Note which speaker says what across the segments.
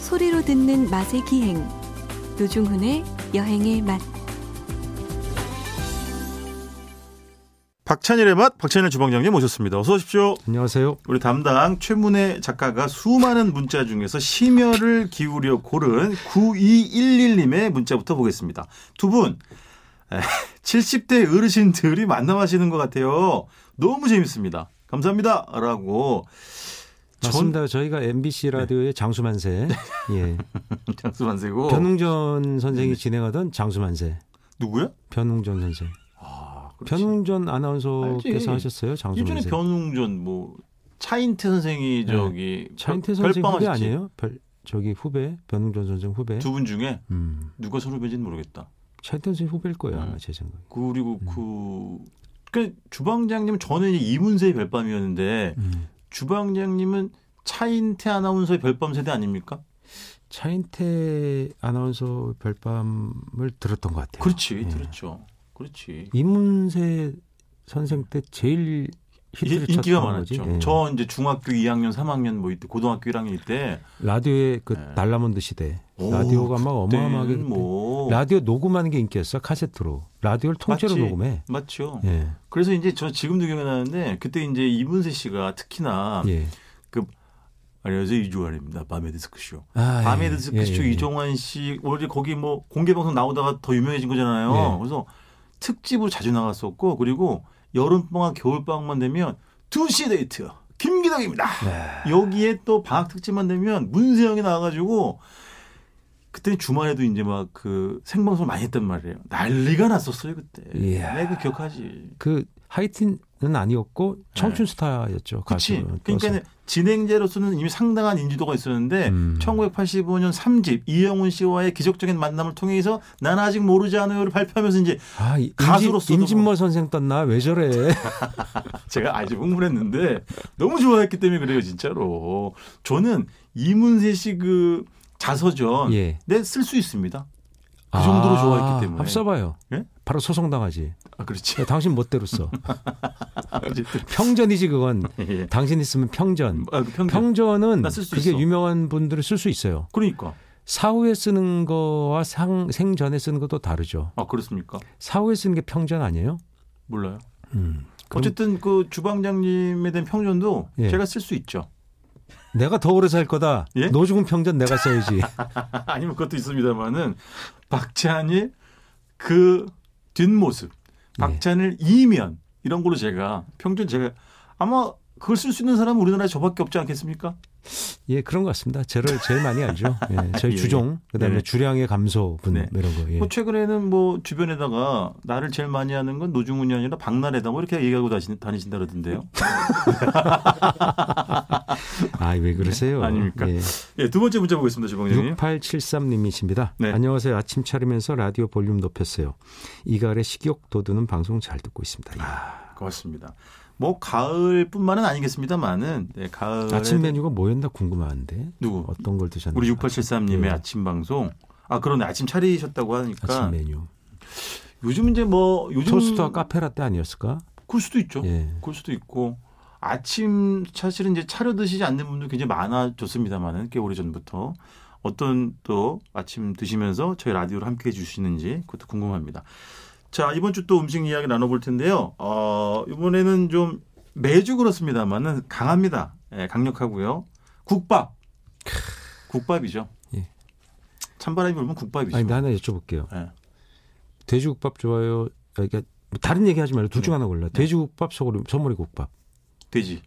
Speaker 1: 소리로 듣는 맛의 기행 노중훈의 여행의 맛
Speaker 2: 박찬일의 맛, 박찬일 주방장님 모셨습니다. 어서 오십시오.
Speaker 3: 안녕하세요.
Speaker 2: 우리 담당 최문혜 작가가 수많은 문자 중에서 심혈을 기울여 고른 9211님의 문자부터 보겠습니다. 두 분, 에, 70대 어르신들이 만남하시는 것 같아요. 너무 재밌습니다. 감사합니다. 라고.
Speaker 3: 맞습니다. 저희가 MBC
Speaker 2: 네.
Speaker 3: 라디오의 장수만세, 예,
Speaker 2: 장수만세고. 네.
Speaker 3: 변웅전 선생이 진행하던 장수만세,
Speaker 2: 누구야?
Speaker 3: 변웅전 선생,
Speaker 2: 아, 그렇지.
Speaker 3: 변웅전 아나운서께서
Speaker 2: 알지.
Speaker 3: 하셨어요 장수만세.
Speaker 2: 예전에 변웅전 뭐 차인태 선생이
Speaker 3: 네.
Speaker 2: 저기
Speaker 3: 차인태
Speaker 2: 별-
Speaker 3: 선생 후배
Speaker 2: 별방하셨지.
Speaker 3: 아니에요? 별, 저기 후배, 변웅전 선생 후배.
Speaker 2: 두 분 중에
Speaker 3: 음,
Speaker 2: 누가 선후배인지는 모르겠다.
Speaker 3: 차인태 선생 후배일 거예요 아마
Speaker 2: 음.
Speaker 3: 제 생각에.
Speaker 2: 그리고
Speaker 3: 음.
Speaker 2: 그. 그 주방장님 저는 이제 이문세의 별밤이었는데
Speaker 3: 음.
Speaker 2: 주방장님은 차인태 아나운서의 별밤 세대 아닙니까?
Speaker 3: 차인태 아나운서 별밤을 들었던 것 같아요.
Speaker 2: 그렇지,
Speaker 3: 예.
Speaker 2: 들었죠. 그렇지.
Speaker 3: 이문세 선생 때 제일 히트를
Speaker 2: 이- 인기가
Speaker 3: 쳤던
Speaker 2: 많았죠.
Speaker 3: 거지. 예.
Speaker 2: 저 이제 중학교 2학년, 3학년 뭐 이때 고등학교 1학년 때
Speaker 3: 라디오의 그
Speaker 2: 네.
Speaker 3: 달라몬드 시대
Speaker 2: 오,
Speaker 3: 라디오가 막 어마어마하게
Speaker 2: 그때는 뭐
Speaker 3: 라디오 녹음하는 게 인기였어 카세트로 라디오를 통째로
Speaker 2: 맞지. 어.
Speaker 3: 녹음해
Speaker 2: 맞죠.
Speaker 3: 예.
Speaker 2: 그래서 이제 저 지금도 기억이 나는데 그때 이제 이문세 씨가 특히나
Speaker 3: 예.
Speaker 2: 안녕하세요 이주환입니다. 밤의 디스크쇼.
Speaker 3: 아,
Speaker 2: 밤의
Speaker 3: 예.
Speaker 2: 디스크쇼
Speaker 3: 예, 예, 예.
Speaker 2: 그 이종환 씨 원래 거기 뭐 공개 방송 나오다가 더 유명해진 거잖아요.
Speaker 3: 예.
Speaker 2: 그래서 특집으로 자주 나갔었고 그리고 여름 방학 겨울 방학만 되면 2시 데이트 김기덕입니다.
Speaker 3: 네.
Speaker 2: 여기에 또 방학 특집만 되면 문세영이 나와가지고 그때 주말에도 이제 막 그 생방송 많이 했단 말이에요. 난리가 났었어요 그때.
Speaker 3: 이야.
Speaker 2: 내가 그 기억하지.
Speaker 3: 그 하이틴은 아니었고 청춘 스타였죠
Speaker 2: 네. 그치.
Speaker 3: 가수로
Speaker 2: 그러니까
Speaker 3: 떠서.
Speaker 2: 진행자로서는 이미 상당한 인지도가 있었는데
Speaker 3: 음.
Speaker 2: 1985년 3집 이영훈 씨와의 기적적인 만남을 통해서 난 아직 모르지 않아요를 발표하면서 이제
Speaker 3: 아, 이-
Speaker 2: 가수로서도
Speaker 3: 임진, 임진모 선생 떴나 왜 저래
Speaker 2: 제가 아주 흥분했는데 너무 좋아했기 때문에 그래요 진짜로. 저는 이문세 씨 그 자서전
Speaker 3: 예.
Speaker 2: 내 쓸 수 있습니다. 그 정도로
Speaker 3: 아,
Speaker 2: 좋아했기 때문에.
Speaker 3: 한번 써봐요
Speaker 2: 예?
Speaker 3: 바로 소송당하지
Speaker 2: 아 그렇지.
Speaker 3: 야, 당신 멋대로 써
Speaker 2: 어쨌든
Speaker 3: 평전이지 그건
Speaker 2: 예.
Speaker 3: 당신 있으면 평전
Speaker 2: 아, 그 평균.
Speaker 3: 평전은
Speaker 2: 나쓸수
Speaker 3: 그게
Speaker 2: 있어.
Speaker 3: 유명한 분들은 쓸 수 있어요
Speaker 2: 그러니까.
Speaker 3: 사후에 쓰는 거와 상, 생전에 쓰는 것도 다르죠.
Speaker 2: 아 그렇습니까?
Speaker 3: 사후에 쓰는 게 평전 아니에요?
Speaker 2: 몰라요.
Speaker 3: 음. 그럼
Speaker 2: 어쨌든 그 주방장님에 대한 평전도
Speaker 3: 예.
Speaker 2: 제가 쓸 수 있죠.
Speaker 3: 내가 더 오래 살 거다.
Speaker 2: 예?
Speaker 3: 노중은 평전 내가 써야지.
Speaker 2: 아니면 그것도 있습니다만은 박찬일 그 뒷모습,
Speaker 3: 네.
Speaker 2: 박찬일 이면 이런 걸로 제가 평균 제가 아마 그걸 쓸 수 있는 사람은 우리나라에 저밖에 없지 않겠습니까?
Speaker 3: 예, 그런 것 같습니다. 저를 제일 많이 알죠. 예, 저희
Speaker 2: 예,
Speaker 3: 주종, 그다음에
Speaker 2: 예.
Speaker 3: 주량의 감소 분
Speaker 2: 네.
Speaker 3: 이런 거. 예.
Speaker 2: 뭐 최근에는 뭐 주변에다가 나를 제일 많이 하는 건 노중훈이 아니라 박나래다 뭐 이렇게 얘기하고 다시, 다니신다 그러던데요.
Speaker 3: 아, 왜 그러세요?
Speaker 2: 아닙니까?
Speaker 3: 예.
Speaker 2: 예, 두 번째 문자 보겠습니다, 주방장님.
Speaker 3: 6873님이십니다.
Speaker 2: 네.
Speaker 3: 안녕하세요. 아침 차리면서 라디오 볼륨 높였어요. 이가을에 식욕 돋우는 방송 잘 듣고 있습니다. 아,
Speaker 2: 고맙습니다. 뭐 가을뿐만은 아니겠습니다만은 네, 가을
Speaker 3: 아침 메뉴가 뭐였나 궁금한데.
Speaker 2: 누구?
Speaker 3: 어떤 걸 드셨나요?
Speaker 2: 우리 6873님의
Speaker 3: 예.
Speaker 2: 아침 방송. 아 그러네 아침 차리셨다고 하니까
Speaker 3: 아침 메뉴.
Speaker 2: 요즘 이제 뭐 요즘
Speaker 3: 토스트와 카페라떼 아니었을까?
Speaker 2: 그럴 수도 있죠.
Speaker 3: 예.
Speaker 2: 그럴 수도 있고 아침 사실은 이제 차려 드시지 않는 분들 굉장히 많아졌습니다만은 꽤 오래 전부터 어떤 또 아침 드시면서 저희 라디오를 함께 해주시는지 그것도 궁금합니다. 자 이번 주 또 음식 이야기 나눠볼 텐데요. 어, 이번에는 좀 매주 그렇습니다만은 강합니다. 예, 강력하고요. 국밥, 국밥이죠.
Speaker 3: 예.
Speaker 2: 찬바람이 불면 국밥이죠.
Speaker 3: 아니, 나 하나 여쭤볼게요.
Speaker 2: 예.
Speaker 3: 돼지국밥 좋아요? 아, 그러니까 뭐 다른 얘기 하지 말고 둘
Speaker 2: 네.
Speaker 3: 중 하나 골라. 돼지국밥, 소고기, 소머리국밥.
Speaker 2: 돼지.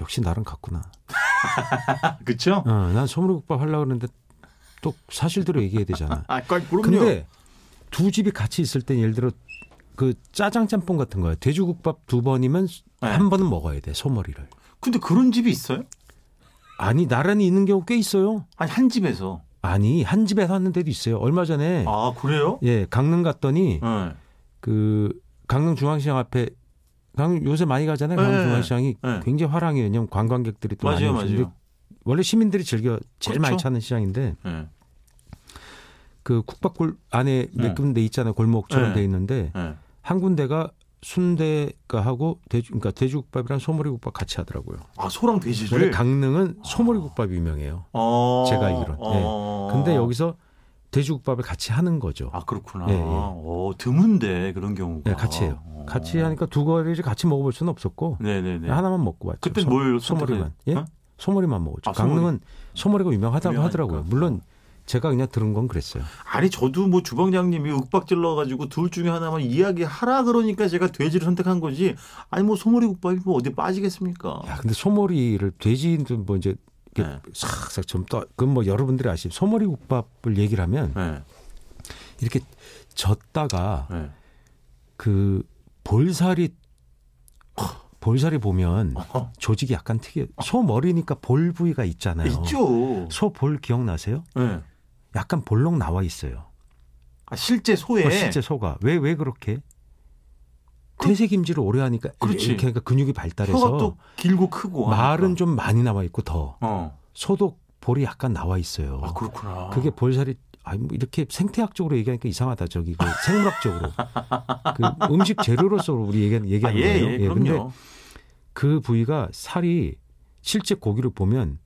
Speaker 3: 역시 나랑 같구나.
Speaker 2: 아, 그쵸?
Speaker 3: 어, 난 소머리국밥 하려고 그러는데 또 사실대로 얘기해야 되잖아.
Speaker 2: 아, 그럼요.
Speaker 3: 근데 두 집이 같이 있을 땐 예를 들어 그 짜장 짬뽕 같은 거야. 돼지국밥 두 번이면
Speaker 2: 네.
Speaker 3: 한 번은 먹어야 돼, 소머리를.
Speaker 2: 근데 그런 집이 있어요?
Speaker 3: 아니, 나란히 있는 경우 꽤 있어요.
Speaker 2: 아니 한 집에서.
Speaker 3: 아니, 한 집에서 하는 데도 있어요. 얼마 전에
Speaker 2: 아 그래요?
Speaker 3: 예, 강릉 갔더니
Speaker 2: 네.
Speaker 3: 그 강릉 중앙시장 앞에 강 요새 많이 가잖아요. 강릉
Speaker 2: 네,
Speaker 3: 중앙시장이
Speaker 2: 네.
Speaker 3: 굉장히 화랑해요. 왜냐면 관광객들이 또
Speaker 2: 맞아요,
Speaker 3: 많이 오시는데
Speaker 2: 맞아요.
Speaker 3: 원래 시민들이 즐겨 제일
Speaker 2: 그렇죠.
Speaker 3: 많이 찾는 시장인데
Speaker 2: 네.
Speaker 3: 그 국밥골 안에
Speaker 2: 네.
Speaker 3: 매끈 데 있잖아요. 골목처럼
Speaker 2: 네.
Speaker 3: 돼 있는데
Speaker 2: 네.
Speaker 3: 한 군데가 순대가 하고 대주 그러니까 돼지국밥이랑 소머리국밥 같이 하더라고요.
Speaker 2: 아 소랑
Speaker 3: 원래
Speaker 2: 돼지를
Speaker 3: 강릉은 소머리국밥이 유명해요.
Speaker 2: 어.
Speaker 3: 제가 알기로는. 예.
Speaker 2: 어.
Speaker 3: 근데 여기서 돼지국밥을 같이 하는 거죠.
Speaker 2: 아 그렇구나.
Speaker 3: 예, 예.
Speaker 2: 어 드문데 그런 경우가.
Speaker 3: 네, 같이 해요.
Speaker 2: 어.
Speaker 3: 같이 하니까 두 가지를 같이 먹어볼 수는 없었고
Speaker 2: 네네네.
Speaker 3: 하나만 먹고 왔죠.
Speaker 2: 그때
Speaker 3: 소-
Speaker 2: 뭘
Speaker 3: 소머리만.
Speaker 2: 선택해?
Speaker 3: 예?
Speaker 2: 어?
Speaker 3: 소머리만 먹었죠.
Speaker 2: 아, 소머리.
Speaker 3: 강릉은 소머리가 유명하다고
Speaker 2: 유명하니까.
Speaker 3: 하더라고요. 물론 제가 그냥 들은 건 그랬어요.
Speaker 2: 아니 저도 뭐 주방장님이 윽박질러 가지고 둘 중에 하나만 이야기하라 그러니까 제가 돼지를 선택한 거지. 아니 뭐 소머리 국밥이 뭐 어디 빠지겠습니까?
Speaker 3: 야, 근데 소머리를 돼지도 뭐 이제 이렇게
Speaker 2: 아, 네.
Speaker 3: 싹싹 좀 떠. 그건 뭐 여러분들이 아시 소머리 국밥을 얘기를 하면
Speaker 2: 네.
Speaker 3: 이렇게 젓다가
Speaker 2: 네.
Speaker 3: 그 볼살이 어, 볼살이 보면
Speaker 2: 어,
Speaker 3: 조직이 약간 특이해. 소 머리니까 볼 부위가 있잖아요.
Speaker 2: 있죠.
Speaker 3: 네, 어. 소 볼 기억나세요?
Speaker 2: 네.
Speaker 3: 약간 볼록 나와 있어요.
Speaker 2: 아, 실제 소에
Speaker 3: 어, 실제 소가 왜 왜 그렇게 그 퇴색 임질을 오래 하니까
Speaker 2: 그렇지.
Speaker 3: 이렇게 하니까 근육이
Speaker 2: 혀가
Speaker 3: 발달해서
Speaker 2: 또 길고 크고
Speaker 3: 말은
Speaker 2: 하니까.
Speaker 3: 좀 많이 나와 있고 더
Speaker 2: 어.
Speaker 3: 소도 볼이 약간 나와 있어요.
Speaker 2: 아 그렇구나.
Speaker 3: 그게 볼살이 아니 뭐 이렇게 생태학적으로 얘기하니까 이상하다 저기 그 생물학적으로 그 음식 재료로서 우리 얘기
Speaker 2: 아,
Speaker 3: 얘기하는
Speaker 2: 예,
Speaker 3: 거예요.
Speaker 2: 예,
Speaker 3: 근데
Speaker 2: 그럼요.
Speaker 3: 그 부위가 살이 실제 고기를 보면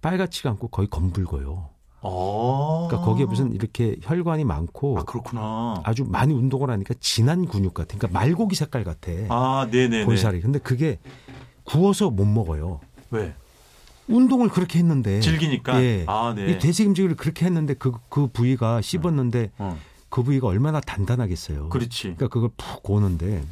Speaker 3: 빨갛지가 않고 거의 검붉어요.
Speaker 2: 어.
Speaker 3: 그러니까 거기에 무슨 이렇게 혈관이 많고
Speaker 2: 아 그렇구나.
Speaker 3: 어. 아주 많이 운동을 하니까 진한 근육 같아. 그러니까 말고기 색깔 같아.
Speaker 2: 아 네네네.
Speaker 3: 볼살이. 근데 그게 구워서 못 먹어요.
Speaker 2: 왜?
Speaker 3: 운동을 그렇게 했는데
Speaker 2: 질기니까.
Speaker 3: 예.
Speaker 2: 아
Speaker 3: 이
Speaker 2: 네.
Speaker 3: 대세김질을 그렇게 했는데 그 그 부위가 씹었는데
Speaker 2: 어.
Speaker 3: 그 부위가 얼마나 단단하겠어요.
Speaker 2: 그렇지.
Speaker 3: 그러니까 그걸 푹 고는데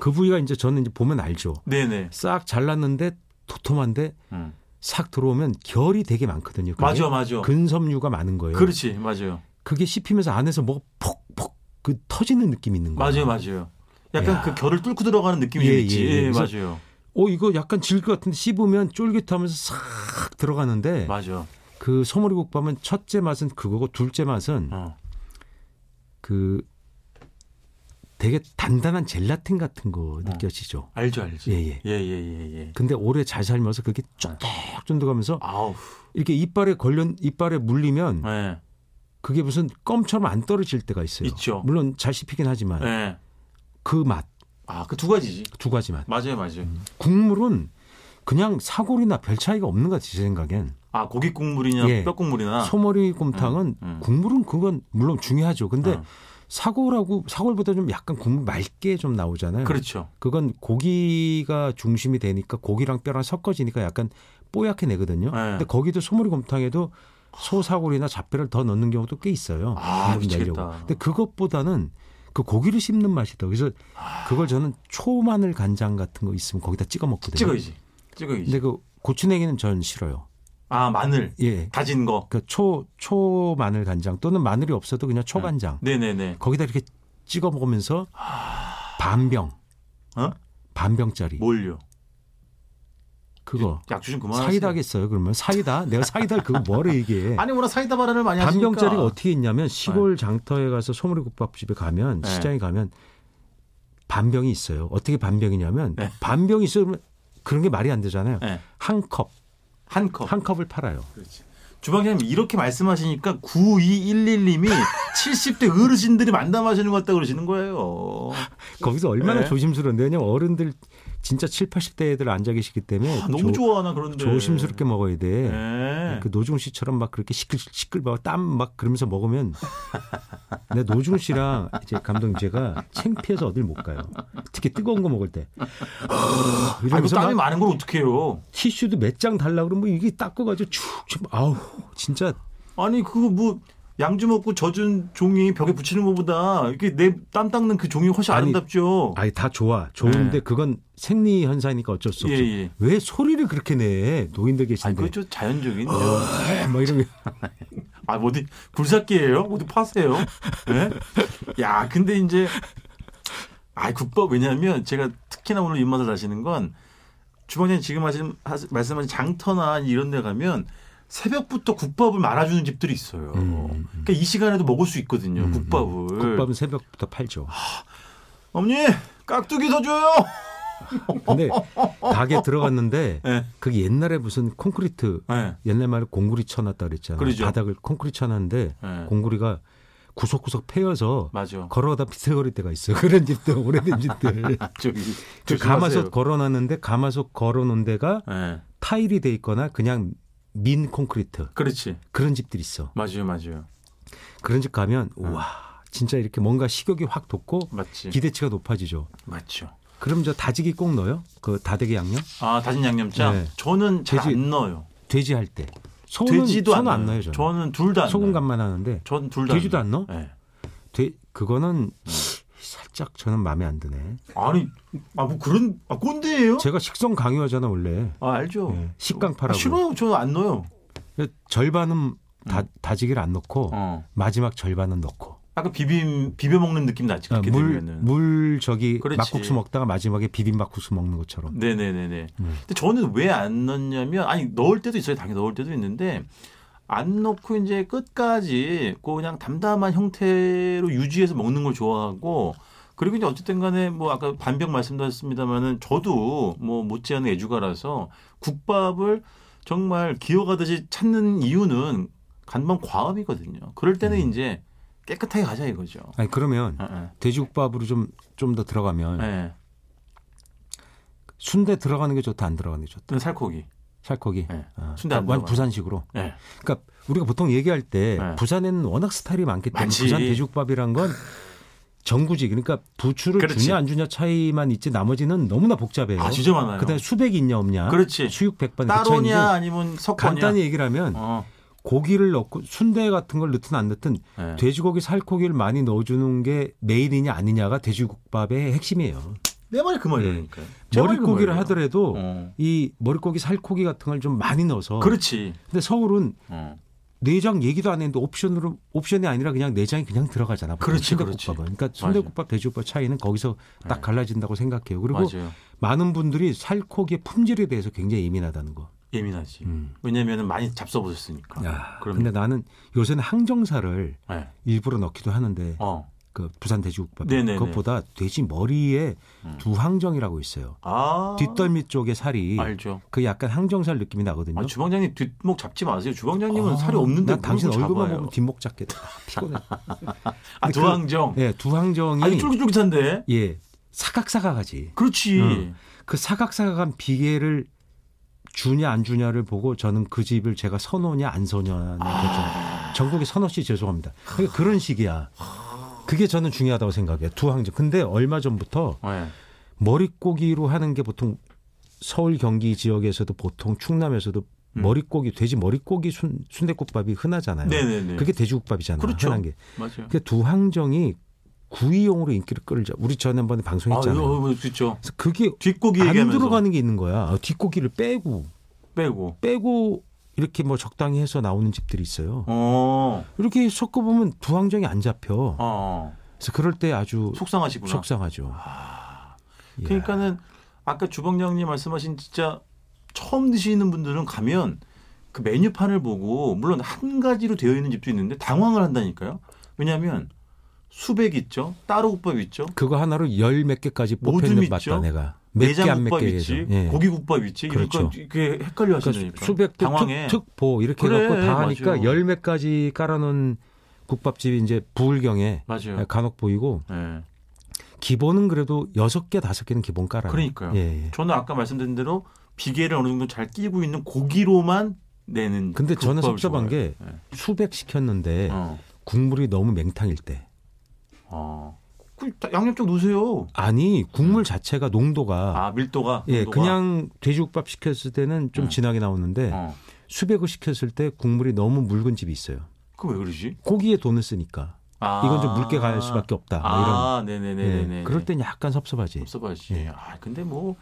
Speaker 3: 그 부위가 이제 저는 이제 보면 알죠.
Speaker 2: 네네.
Speaker 3: 싹 잘랐는데 도톰한데
Speaker 2: 음.
Speaker 3: 싹 들어오면 결이 되게 많거든요. 그게.
Speaker 2: 맞아 맞아.
Speaker 3: 근섬유가 많은 거예요.
Speaker 2: 그렇지 맞아요.
Speaker 3: 게 씹히면서 안에서 뭐가 폭폭 그 터지는 느낌이 있는
Speaker 2: 맞아요
Speaker 3: 거예요.
Speaker 2: 맞아요. 약간
Speaker 3: 야.
Speaker 2: 그 결을 뚫고 들어가는 느낌이
Speaker 3: 예,
Speaker 2: 좀 있지.
Speaker 3: 예, 예.
Speaker 2: 예,
Speaker 3: 그래서-
Speaker 2: 맞아요.
Speaker 3: 어 이거 약간 질것 같은데 씹으면 쫄깃하면서 싹 들어가는데
Speaker 2: 맞아.
Speaker 3: 그 소머리국밥은 첫째 맛은 그거고 둘째 맛은
Speaker 2: 어.
Speaker 3: 그 되게 단단한 젤라틴 같은 거 느껴지죠.
Speaker 2: 알죠 알죠.
Speaker 3: 예예.
Speaker 2: 예예예 예, 예.
Speaker 3: 근데 오래 잘 살면서 그게 쫀득쫀득하면서
Speaker 2: 아우.
Speaker 3: 이렇게 이빨에 걸려 이빨에 물리면
Speaker 2: 예.
Speaker 3: 그게 무슨 껌처럼 안 떨어질 때가 있어요.
Speaker 2: 있죠.
Speaker 3: 물론 잘 씹히긴 하지만
Speaker 2: 예.
Speaker 3: 그 맛 두
Speaker 2: 아그 두 가지지.
Speaker 3: 가지 맛.
Speaker 2: 맞아요 맞아요.
Speaker 3: 음. 국물은 그냥 사골이나 별 차이가 없는 것 같아요. 제 생각엔
Speaker 2: 아 고기 국물이냐
Speaker 3: 예.
Speaker 2: 뼈 국물이나.
Speaker 3: 소머리 곰탕은
Speaker 2: 아. 음, 음.
Speaker 3: 국물은 그건 물론 중요하죠. 근데
Speaker 2: 어.
Speaker 3: 사골하고 사골보다 좀 약간 국물 맑게 좀 나오잖아요.
Speaker 2: 그렇죠.
Speaker 3: 그건 고기가 중심이 되니까 고기랑 뼈랑 섞어지니까 약간 뽀얗게 내거든요.
Speaker 2: 네.
Speaker 3: 근데 거기도 소머리 곰탕에도 소사골이나 잡뼈를 더 넣는 경우도 꽤 있어요.
Speaker 2: 아,
Speaker 3: 국물 내려고.
Speaker 2: 미치겠다.
Speaker 3: 근데 그것보다는 그 고기를 씹는 맛이 더. 그래서 그걸 저는 초마늘 간장 같은 거 있으면 거기다 찍어 먹거든요.
Speaker 2: 찍어야지. 찍어야지.
Speaker 3: 네. 근데 그 고추냉이는 전 싫어요.
Speaker 2: 아 마늘
Speaker 3: 예.
Speaker 2: 다진 거.
Speaker 3: 그 초 초마늘 간장 또는 마늘이 없어도
Speaker 2: 네.
Speaker 3: 그냥 초간장.
Speaker 2: 네네네.
Speaker 3: 거기다 이렇게 찍어 먹으면서 반병.
Speaker 2: 어?
Speaker 3: 반병짜리.
Speaker 2: 뭘요?
Speaker 3: 그거.
Speaker 2: 약주 좀뭐 그만하세요.
Speaker 3: 사이다겠어요. 그러면 사이다. 내가 사이다를 그거 뭐래 이게.
Speaker 2: 아니 워낙 사이다 발언을 많이 하시니까. 그러니까.
Speaker 3: 반병짜리가 어떻게 있냐면 시골 장터에 가서 소머리국밥집에 가면
Speaker 2: 네.
Speaker 3: 시장에 가면 반병이 있어요. 어떻게 반병이냐면
Speaker 2: 네.
Speaker 3: 반병이 있으면 그런 게 말이 안 되잖아요.
Speaker 2: 네.
Speaker 3: 한 컵,
Speaker 2: 한 컵.
Speaker 3: 한 컵을 팔아요.
Speaker 2: 그렇지. 주방장님 이렇게 말씀하시니까 9211님이 70대 어르신들이 만담하시는 것 같다 그러시는 거예요.
Speaker 3: 거기서 얼마나
Speaker 2: 네.
Speaker 3: 조심스러운데 왜냐면 어른들 진짜 7, 80대 애들 앉아 계시기 때문에
Speaker 2: 아, 너무
Speaker 3: 조,
Speaker 2: 좋아하나 그런데.
Speaker 3: 심스럽게 먹어야 돼.
Speaker 2: 네.
Speaker 3: 그 노중 씨처럼 막 그렇게 시끌 시끌 땀막 그러면서 먹으면 내 노중 씨랑 이제 감독 제가 창피해서 어딜 못 가요. 특히 뜨거운 거 먹을 때
Speaker 2: 아이고
Speaker 3: 이러면서
Speaker 2: 뭐 땀이
Speaker 3: 막
Speaker 2: 많은 걸 어떻게 해요?
Speaker 3: 티슈도 몇 장 달라 그러면 뭐 이게 닦아가지고 쭉쭉 아우 진짜
Speaker 2: 아니 그거 뭐 양주 먹고 젖은 종이 벽에 붙이는 것보다 이게 내 땀 닦는 그 종이 훨씬
Speaker 3: 아니,
Speaker 2: 아름답죠.
Speaker 3: 아예 다 좋아 좋은데
Speaker 2: 네.
Speaker 3: 그건 생리 현상이니까 어쩔 수
Speaker 2: 예,
Speaker 3: 없어.
Speaker 2: 예.
Speaker 3: 왜 소리를 그렇게 내 노인들
Speaker 2: 아니 그렇죠.
Speaker 3: 계신데? 어,
Speaker 2: 그좀 자연적인.
Speaker 3: 막 이러면
Speaker 2: 아, 어디 굴삭기예요? 어디 파세요? 예? 야, 근데 이제 아, 국밥 왜냐하면 제가 특히나 오늘 입맛을 다시는 건 주방장님 지금 하신 하시- 말씀하신 장터나 이런 데 가면 새벽부터 국밥을 말아주는 집들이 있어요.
Speaker 3: 음,
Speaker 2: 그러니까 이 시간에도 먹을 수 있거든요. 국밥을.
Speaker 3: 국밥은 새벽부터 팔죠.
Speaker 2: 어머니 깍두기 더 줘요.
Speaker 3: 근데 가게 들어갔는데
Speaker 2: 예.
Speaker 3: 그게 옛날에 무슨 콘크리트
Speaker 2: 예.
Speaker 3: 옛날 말에 공구리 쳐놨다 그랬잖아요.
Speaker 2: 그러죠.
Speaker 3: 바닥을 콘크리트 쳐놨는데
Speaker 2: 예.
Speaker 3: 공구리가 구석구석 패여서
Speaker 2: 맞아.
Speaker 3: 걸어다 비틀거릴 때가 있어요. 그런 집들 오래된 집들.
Speaker 2: 저기
Speaker 3: 그
Speaker 2: 조심하세요.
Speaker 3: 가마솥 걸어놨는데 가마솥 걸어놓은 데가
Speaker 2: 예.
Speaker 3: 타일이 돼 있거나 그냥 민 콘크리트
Speaker 2: 그렇지.
Speaker 3: 그런 집들이 있어.
Speaker 2: 맞아요, 맞아요.
Speaker 3: 그런 집 가면
Speaker 2: 네.
Speaker 3: 우와 진짜 이렇게 뭔가 식욕이 확 돋고
Speaker 2: 맞지.
Speaker 3: 기대치가 높아지죠.
Speaker 2: 맞죠.
Speaker 3: 그럼 저 다지기 꼭 넣어요? 그 다대기 양념?
Speaker 2: 아 다진 양념장.
Speaker 3: 네.
Speaker 2: 저는 잘
Speaker 3: 돼지-
Speaker 2: 안 넣어요.
Speaker 3: 돼지 할 때. 소는
Speaker 2: 돼지도
Speaker 3: 소는
Speaker 2: 안
Speaker 3: 안
Speaker 2: 넣어요.
Speaker 3: 넣어요. 저는.
Speaker 2: 저는 둘 다 안.
Speaker 3: 소금
Speaker 2: 넣어요.
Speaker 3: 간만 하는데
Speaker 2: 저는 둘다
Speaker 3: 돼지도 안 넣어?
Speaker 2: 예.
Speaker 3: 돼, 그거는 살짝 저는 마음에 안 드네.
Speaker 2: 아니 아 뭐 그런 아 꼰대예요?
Speaker 3: 제가 식성 강요하잖아 원래.
Speaker 2: 아 알죠.
Speaker 3: 예, 식강파라고.
Speaker 2: 아, 싫어요. 저는 안 넣어요.
Speaker 3: 절반은 다, 다지기를 안 넣고
Speaker 2: 음. 어.
Speaker 3: 마지막 절반은 넣고
Speaker 2: 아까 비빔 비벼 먹는 느낌 나지 그렇게
Speaker 3: 아, 물,
Speaker 2: 되면은.
Speaker 3: 물 저기
Speaker 2: 그렇지.
Speaker 3: 막국수 먹다가 마지막에 비빔막국수 먹는 것처럼
Speaker 2: 네네네네.
Speaker 3: 음.
Speaker 2: 근데 저는 왜 안 넣냐면 아니 넣을 때도 있어요. 당연히 넣을 때도 있는데 안 넣고 이제 끝까지 그 그냥 담담한 형태로 유지해서 먹는 걸 좋아하고 그리고 이제 어쨌든간에 뭐 아까 반병 말씀드렸습니다만은 저도 뭐 못지않은 애주가라서 국밥을 정말 기어가듯이 찾는 이유는 간방 과음이거든요. 그럴 때는 이제 깨끗하게 가자 이거죠.
Speaker 3: 아니 그러면
Speaker 2: 예, 예.
Speaker 3: 돼지국밥으로 좀 좀 더 들어가면
Speaker 2: 예.
Speaker 3: 순대 들어가는 게 좋다 안 들어가는 게 좋다
Speaker 2: 저는 살코기.
Speaker 3: 살코기
Speaker 2: 예.
Speaker 3: 아,
Speaker 2: 순대 안
Speaker 3: 완-
Speaker 2: 들어가요.
Speaker 3: 부산식으로
Speaker 2: 예.
Speaker 3: 그러니까 우리가 보통 얘기할 때
Speaker 2: 네.
Speaker 3: 부산에는 워낙 스타일이 많기 때문에
Speaker 2: 많지.
Speaker 3: 부산 돼지국밥이란 건 정구지 그러니까 부추를
Speaker 2: 그렇지.
Speaker 3: 주냐 안 주냐 차이만 있지 나머지는 너무나 복잡해요.
Speaker 2: 아 진짜 많아요.
Speaker 3: 네. 그다음에 수백이 있냐 없냐,
Speaker 2: 그렇지.
Speaker 3: 수육 백반 그 차이인데
Speaker 2: 따로냐 아니면 석거냐
Speaker 3: 간단히 얘기를 하면
Speaker 2: 어.
Speaker 3: 고기를 넣고 순대 같은 걸 넣든 안 넣든
Speaker 2: 네.
Speaker 3: 돼지고기 살코기를 많이 넣어주는 게 메인이냐 아니냐가 돼지국밥의 핵심이에요.
Speaker 2: 내 말이 그 말이니까
Speaker 3: 음. 머릿고기를 하더라도
Speaker 2: 어.
Speaker 3: 이 머릿고기 살코기 같은 걸 좀 많이 넣어서.
Speaker 2: 그렇지
Speaker 3: 근데 서울은
Speaker 2: 어.
Speaker 3: 내장 얘기도 안 했는데 옵션으로 옵션이 아니라 그냥 내장이 그냥 들어가잖아. 보통
Speaker 2: 그렇지, 그렇지. 네.
Speaker 3: 순대국밥은. 그러니까 순대국밥, 돼지국밥 차이는 거기서 딱 갈라진다고 생각해요. 그리고
Speaker 2: 맞아요
Speaker 3: 많은 분들이 살코기의 품질에 대해서 굉장히 예민하다는 거.
Speaker 2: 예민하지
Speaker 3: 음.
Speaker 2: 왜냐면은 많이 잡숴보셨으니까
Speaker 3: 야,
Speaker 2: 그럼요.
Speaker 3: 근데 나는 요새는 항정살을
Speaker 2: 네.
Speaker 3: 일부러 넣기도 하는데
Speaker 2: 어.
Speaker 3: 그 부산 돼지국밥
Speaker 2: 네네네.
Speaker 3: 그것보다 돼지 머리에
Speaker 2: 음.
Speaker 3: 두 항정이라고 있어요.
Speaker 2: 아
Speaker 3: 뒷덜미 쪽에 살이
Speaker 2: 알죠
Speaker 3: 그 약간 항정살 느낌이 나거든요.
Speaker 2: 아, 주방장님 뒷목 잡지 마세요 주방장님은
Speaker 3: 아,
Speaker 2: 살이 없는데
Speaker 3: 난 당신
Speaker 2: 무릎을
Speaker 3: 얼굴만
Speaker 2: 잡아요.
Speaker 3: 보면 뒷목 잡겠다. 피곤해.
Speaker 2: 아
Speaker 3: 근데
Speaker 2: 두항정
Speaker 3: 예, 두 항정이
Speaker 2: 아니 쫄깃쫄깃한데
Speaker 3: 예 사각사각하지.
Speaker 2: 그렇지
Speaker 3: 음. 그 사각사각한 비계를 주냐 안 주냐를 보고 저는 그 집을 제가 선호냐 안 선호냐
Speaker 2: 아.
Speaker 3: 결정. 전국의 선호 씨 죄송합니다. 그러니까 그런 식이야. 그게 저는 중요하다고 생각해요. 두 항정. 근데 얼마 전부터
Speaker 2: 네.
Speaker 3: 머릿고기로 하는 게 보통 서울 경기 지역에서도 보통 충남에서도
Speaker 2: 음.
Speaker 3: 머릿고기 돼지 머릿고기 순, 순대국밥이 흔하잖아요.
Speaker 2: 네네네
Speaker 3: 그게 돼지국밥이잖아요.
Speaker 2: 그렇죠.
Speaker 3: 흔한 게.
Speaker 2: 맞아요
Speaker 3: 그 두항정이 구이용으로 인기를 끌자. 우리 지난번에
Speaker 2: 아
Speaker 3: 방송했잖아요.
Speaker 2: 어, 어, 그렇죠
Speaker 3: 그래서 그게
Speaker 2: 뒷고기
Speaker 3: 그 안
Speaker 2: 얘기하면서
Speaker 3: 들어가는 게 있는 거야. 아, 뒷고기를 빼고
Speaker 2: 빼고
Speaker 3: 빼고 이렇게 뭐 적당히 해서 나오는 집들이 있어요.
Speaker 2: 어.
Speaker 3: 이렇게 섞어 보면 두항정이 안 잡혀.
Speaker 2: 어.
Speaker 3: 그래서 그럴 때 아주
Speaker 2: 속상하시구나 아.
Speaker 3: 속상하죠. 예. 이야.
Speaker 2: 그러니까는 아까 주방장님 말씀하신 진짜 처음 드시는 분들은 가면 그 메뉴판을 보고 물론 한 가지로 되어 있는 집도 있는데 당황을 한다니까요. 왜냐하면 수백 있죠, 따로 국밥 있죠,
Speaker 3: 그거 하나로 열 몇 개까지
Speaker 2: 모듬
Speaker 3: 뽑혀있는
Speaker 2: 있죠?
Speaker 3: 맞다 내가. 몇 개 안
Speaker 2: 내장
Speaker 3: 몇
Speaker 2: 국밥
Speaker 3: 개 해서.
Speaker 2: 있지,
Speaker 3: 예.
Speaker 2: 고기 국밥 있지. 그러니까
Speaker 3: 그렇죠.
Speaker 2: 이게 헷갈려 하시니까
Speaker 3: 그러니까 수백 개
Speaker 2: 당황해.
Speaker 3: 특, 특보 이렇게
Speaker 2: 그래,
Speaker 3: 해갖고 다 하니까
Speaker 2: 맞아요.
Speaker 3: 열 몇 가지 깔아놓은 국밥집이 이제 부울경에
Speaker 2: 맞아요.
Speaker 3: 간혹 보이고
Speaker 2: 예.
Speaker 3: 기본은 그래도 여섯 개 다섯 개는 기본 깔아요.
Speaker 2: 그러니까요.
Speaker 3: 예, 예.
Speaker 2: 저는 아까 말씀드린 대로 비계를 어느 정도 잘 끼고 있는 고기로만 내는. 그
Speaker 3: 근데 저는
Speaker 2: 국밥을
Speaker 3: 섭섭한
Speaker 2: 좋아해요. 네.
Speaker 3: 게 수백 시켰는데
Speaker 2: 어.
Speaker 3: 국물이 너무 맹탕일 때.
Speaker 2: 어. 그 양념장 넣으세요.
Speaker 3: 아니 국물 자체가 농도가
Speaker 2: 음. 아 밀도가
Speaker 3: 예
Speaker 2: 농도가?
Speaker 3: 그냥 돼지국밥 시켰을 때는 좀
Speaker 2: 음.
Speaker 3: 진하게 나오는데
Speaker 2: 어.
Speaker 3: 수백을 시켰을 때 국물이 너무 묽은 집이 있어요.
Speaker 2: 그왜 그러지?
Speaker 3: 고기에 돈을 쓰니까
Speaker 2: 아.
Speaker 3: 이건 좀 묽게 갈 수밖에 없다. 뭐 이런.
Speaker 2: 아,
Speaker 3: 예,
Speaker 2: 네네네네.
Speaker 3: 그럴 네. 땐 약간 섭섭하지.
Speaker 2: 없어봐야지. 아, 근데 뭐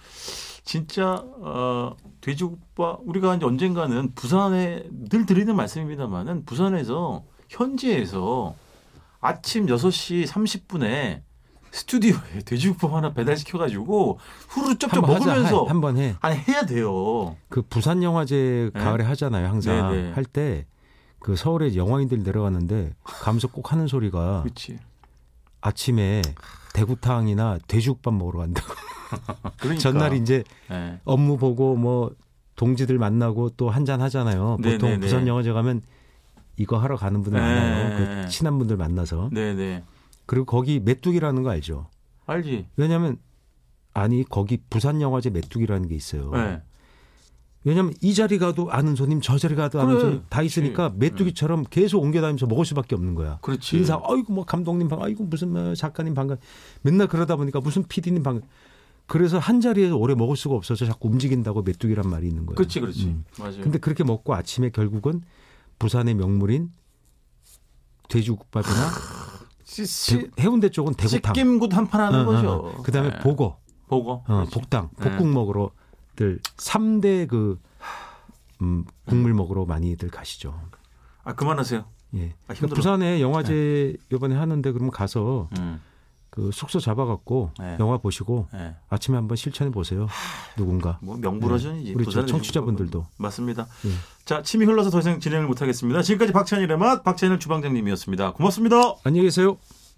Speaker 2: 진짜 어, 돼지국밥 우리가 이제 언젠가는 부산에 늘 드리는 말씀입니다만은 부산에서 현지에서 아침 6시 30분에 스튜디오에 돼지국밥 하나 배달시켜가지고 후루룩 쩝쩝
Speaker 3: 한번 하자,
Speaker 2: 먹으면서
Speaker 3: 하- 한번 해.
Speaker 2: 아니 해야 돼요.
Speaker 3: 그 부산 영화제
Speaker 2: 네?
Speaker 3: 가을에 하잖아요. 항상
Speaker 2: 네, 네.
Speaker 3: 할 때 그 서울에 영화인들 내려가는데 감석 꼭 하는 소리가
Speaker 2: 그렇지.
Speaker 3: 아침에 대구탕이나 돼지국밥 먹으러 간다고.
Speaker 2: 그러니까.
Speaker 3: 전날 이제
Speaker 2: 네.
Speaker 3: 업무 보고 뭐 동지들 만나고 또 한잔 하잖아요.
Speaker 2: 네,
Speaker 3: 보통
Speaker 2: 네, 네.
Speaker 3: 부산 영화제 가면 이거 하러 가는 분들
Speaker 2: 네.
Speaker 3: 많아요. 그 친한 분들 만나서
Speaker 2: 네네.
Speaker 3: 그리고 거기 메뚜기라는 거 알죠?
Speaker 2: 알지.
Speaker 3: 왜냐하면 아니 거기 부산 영화제 메뚜기라는 게 있어요.
Speaker 2: 네.
Speaker 3: 왜냐하면 이 자리 가도 아는 손님, 저 자리 가도 아는
Speaker 2: 그래,
Speaker 3: 손님 다 있으니까
Speaker 2: 그렇지. 음.
Speaker 3: 메뚜기처럼 계속 옮겨다니면서 먹을 수밖에 없는 거야.
Speaker 2: 그렇지.
Speaker 3: 인사, 아이고 뭐 감독님 반, 아이고 무슨 뭐 작가님 반가, 맨날 그러다 보니까 무슨 PD님 반. 그래서 한 자리에서 오래 먹을 수가 없어서 자꾸 움직인다고 메뚜기란 말이 있는 거예요.
Speaker 2: 그렇지, 그렇지.
Speaker 3: 음.
Speaker 2: 맞아요.
Speaker 3: 근데 그렇게 먹고 아침에 결국은 부산의 명물인 돼지국밥이나
Speaker 2: 시,
Speaker 3: 대- 해운대 쪽은 대구탕,
Speaker 2: 씻김굿 한판 하는
Speaker 3: 어, 어,
Speaker 2: 거죠.
Speaker 3: 어. 그다음에
Speaker 2: 네.
Speaker 3: 보거,
Speaker 2: 보고.
Speaker 3: 어,
Speaker 2: 그렇지.
Speaker 3: 복당,
Speaker 2: 네.
Speaker 3: 복국 먹으러들 3대 그 음, 국물 먹으러 많이들 가시죠.
Speaker 2: 아 그만하세요.
Speaker 3: 예.
Speaker 2: 아, 힘들어. 네.
Speaker 3: 부산에 영화제 이번에 하는데 그러면 가서
Speaker 2: 음.
Speaker 3: 그 숙소 잡아갖고
Speaker 2: 네.
Speaker 3: 영화 보시고
Speaker 2: 네.
Speaker 3: 아침에 한번 실천해 보세요. 누군가.
Speaker 2: 뭐 명불허전이지.
Speaker 3: 네. 우리
Speaker 2: 부산의
Speaker 3: 청취자분들도.
Speaker 2: 명불허전. 맞습니다.
Speaker 3: 예.
Speaker 2: 자, 침이 흘러서 더 이상 진행을 못하겠습니다. 지금까지 박찬일의 맛, 박찬일 주방장님이었습니다. 고맙습니다.
Speaker 3: 안녕히 계세요.